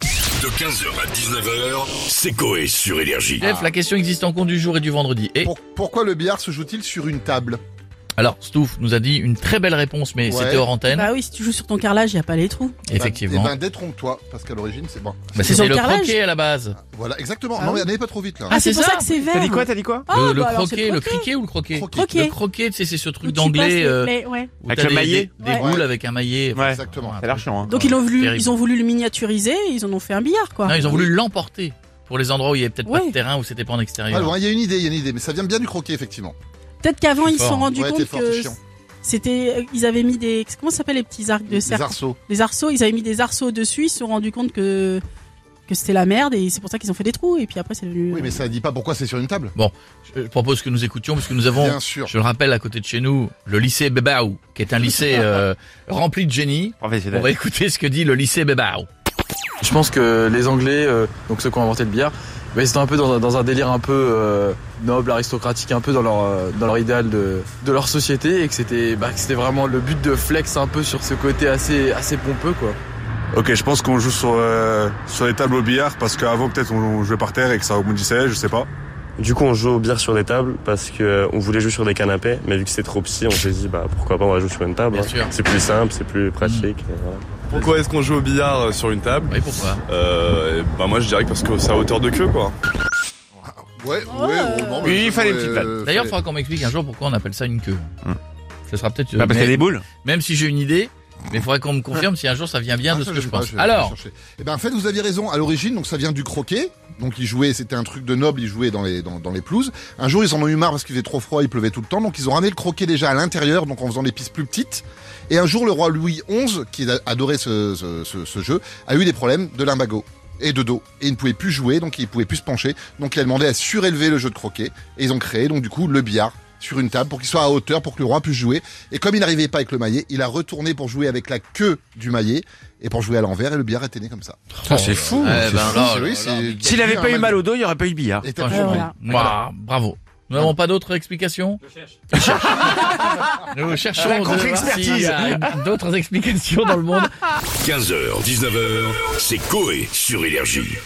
De 15h à 19h, c'est Coé sur Énergie. Ah. Jeff, la question existe en compte du jour et du vendredi. Et Pour- pourquoi le billard se joue-t-il sur une table Bah, alors, Stouff nous a dit une très belle réponse, mais Ouais. c'était hors antenne. Bah oui, si tu joues sur ton carrelage, il n'y a pas les trous. Effectivement. Eh ben, détrompe-toi, parce qu'à l'origine, c'est bon. Bah, sur c'était le le carrelage. croquet à la base. Voilà, exactement. Ah non, oui. mais n'allez pas trop vite, là. Ah, c'est c'est pour ça, ça que c'est vert. T'as dit quoi T'as dit quoi Ah, le, le bah alors, c'est croquet, le criquet ou le croquet Croquet. Croquet. Le croquet, tu sais, c'est ce Où truc tu passes d'anglais. les euh, plaies, ouais. où Avec t'as le des- maillet. Des, Ouais. boules avec un maillet. Ouais. Exactement. Ah, Ah, Ça a l'air chiant. Hein. Donc ils, l'ont voulu, Terrible. Ah ils ont voulu le miniaturiser, et ils en ont fait un billard, quoi. Non, ils ont voulu l'emporter pour les endroits où il y avait peut-être pas Ouais. de terrain, où c'était pas en Pas extérieur. Ah, loin, il y a une idée, il y a une idée, mais ça vient bien du croquet, effectivement. Peut-être qu'avant, C'est ils se fort. sont rendus Ouais, t'es compte fort, que t'es chiant. c'était, euh, ils avaient mis des, comment ça s'appelle les petits arcs de Les cercle arceaux. Des arceaux, ils avaient mis des arceaux dessus, ils se sont rendus compte que, que c'était la merde, et c'est pour ça qu'ils ont fait des trous, et puis après, c'est devenu. Oui, mais ça dit pas pourquoi c'est sur une table. Je propose que nous écoutions, parce que nous avons, Bien sûr. je le rappelle, à côté de chez nous, le lycée Bebaou, qui est un lycée euh, rempli de génie. On Professionnel. va écouter ce que dit le lycée Bebaou. Je pense que les Anglais, euh, donc ceux qui ont inventé le billard, bah, ils étaient un peu dans, un- dans un délire un peu euh, noble, aristocratique, un peu dans leur, euh, dans leur idéal de, de leur société et que c'était bah, que c'était vraiment le but de flex un peu sur ce côté assez, assez pompeux quoi. Ok, je pense qu'on joue sur, euh, sur les tables au billard parce qu'avant peut-être on jouait par terre et que ça rebondissait, je sais pas. Du coup, on joue au billard sur des tables parce que euh, on voulait jouer sur des canapés, mais vu que c'est trop petit, on s'est dit bah pourquoi pas on va jouer sur une table. Bien hein. sûr. Mm. C'est plus simple, c'est plus pratique. et voilà. Pourquoi est-ce qu'on joue au billard euh, sur une table Oui, pourquoi euh, Bah moi je dirais que parce que c'est à hauteur de queue quoi. Ouais, ouais, Oh, ouais, non, mais Oui, je- il fallait une ouais, petite balle. D'ailleurs, il fallait- faudra qu'on m'explique un jour pourquoi on appelle ça une queue. Hmm. Ce sera peut-être. Bah, parce qu'il y a mais- des boules. Même si j'ai une idée, mais il faudrait qu'on me confirme si un jour ça vient bien Ah, de ça, ce que sais je pas, pense. vais- vais Alors, chercher. Eh ben, en fait, vous aviez raison. À l'origine, donc ça vient du croquet. Donc ils jouaient, c'était un truc de noble. Ils jouaient dans les dans, dans les pelouses. Un jour, ils en ont eu marre parce qu'il faisait trop froid, il pleuvait tout le temps. Donc ils ont ramené le croquet déjà à l'intérieur, donc en faisant des pistes plus petites. Et un jour, le roi Louis XI, qui a- adorait ce, ce, ce- ce jeu, a eu des problèmes de limbago et de dos. Et il ne pouvait plus jouer, donc il ne pouvait plus se pencher. Donc il a demandé à surélever le jeu de croquet. Et ils ont créé donc du coup le billard sur une table pour qu'il soit à hauteur, pour que le roi puisse jouer. Et comme il n'arrivait pas avec le maillet, il a retourné pour jouer avec la queue du maillet et pour jouer à l'envers. Et le billard était né comme ça. c'est fou. eh ben, là, là, Oui, là, c'est- là. S'il avait pas eu mal au dos, il y aurait pas eu de billard. Et t'as Enfin, pas je- compris. voilà. Ouah, bravo. Nous n'avons pas d'autres explications Nous cherchons La de voir contre-expertise. s'il y a d'autres explications dans le monde. 15h, 19h, c'est Coé sur Énergie.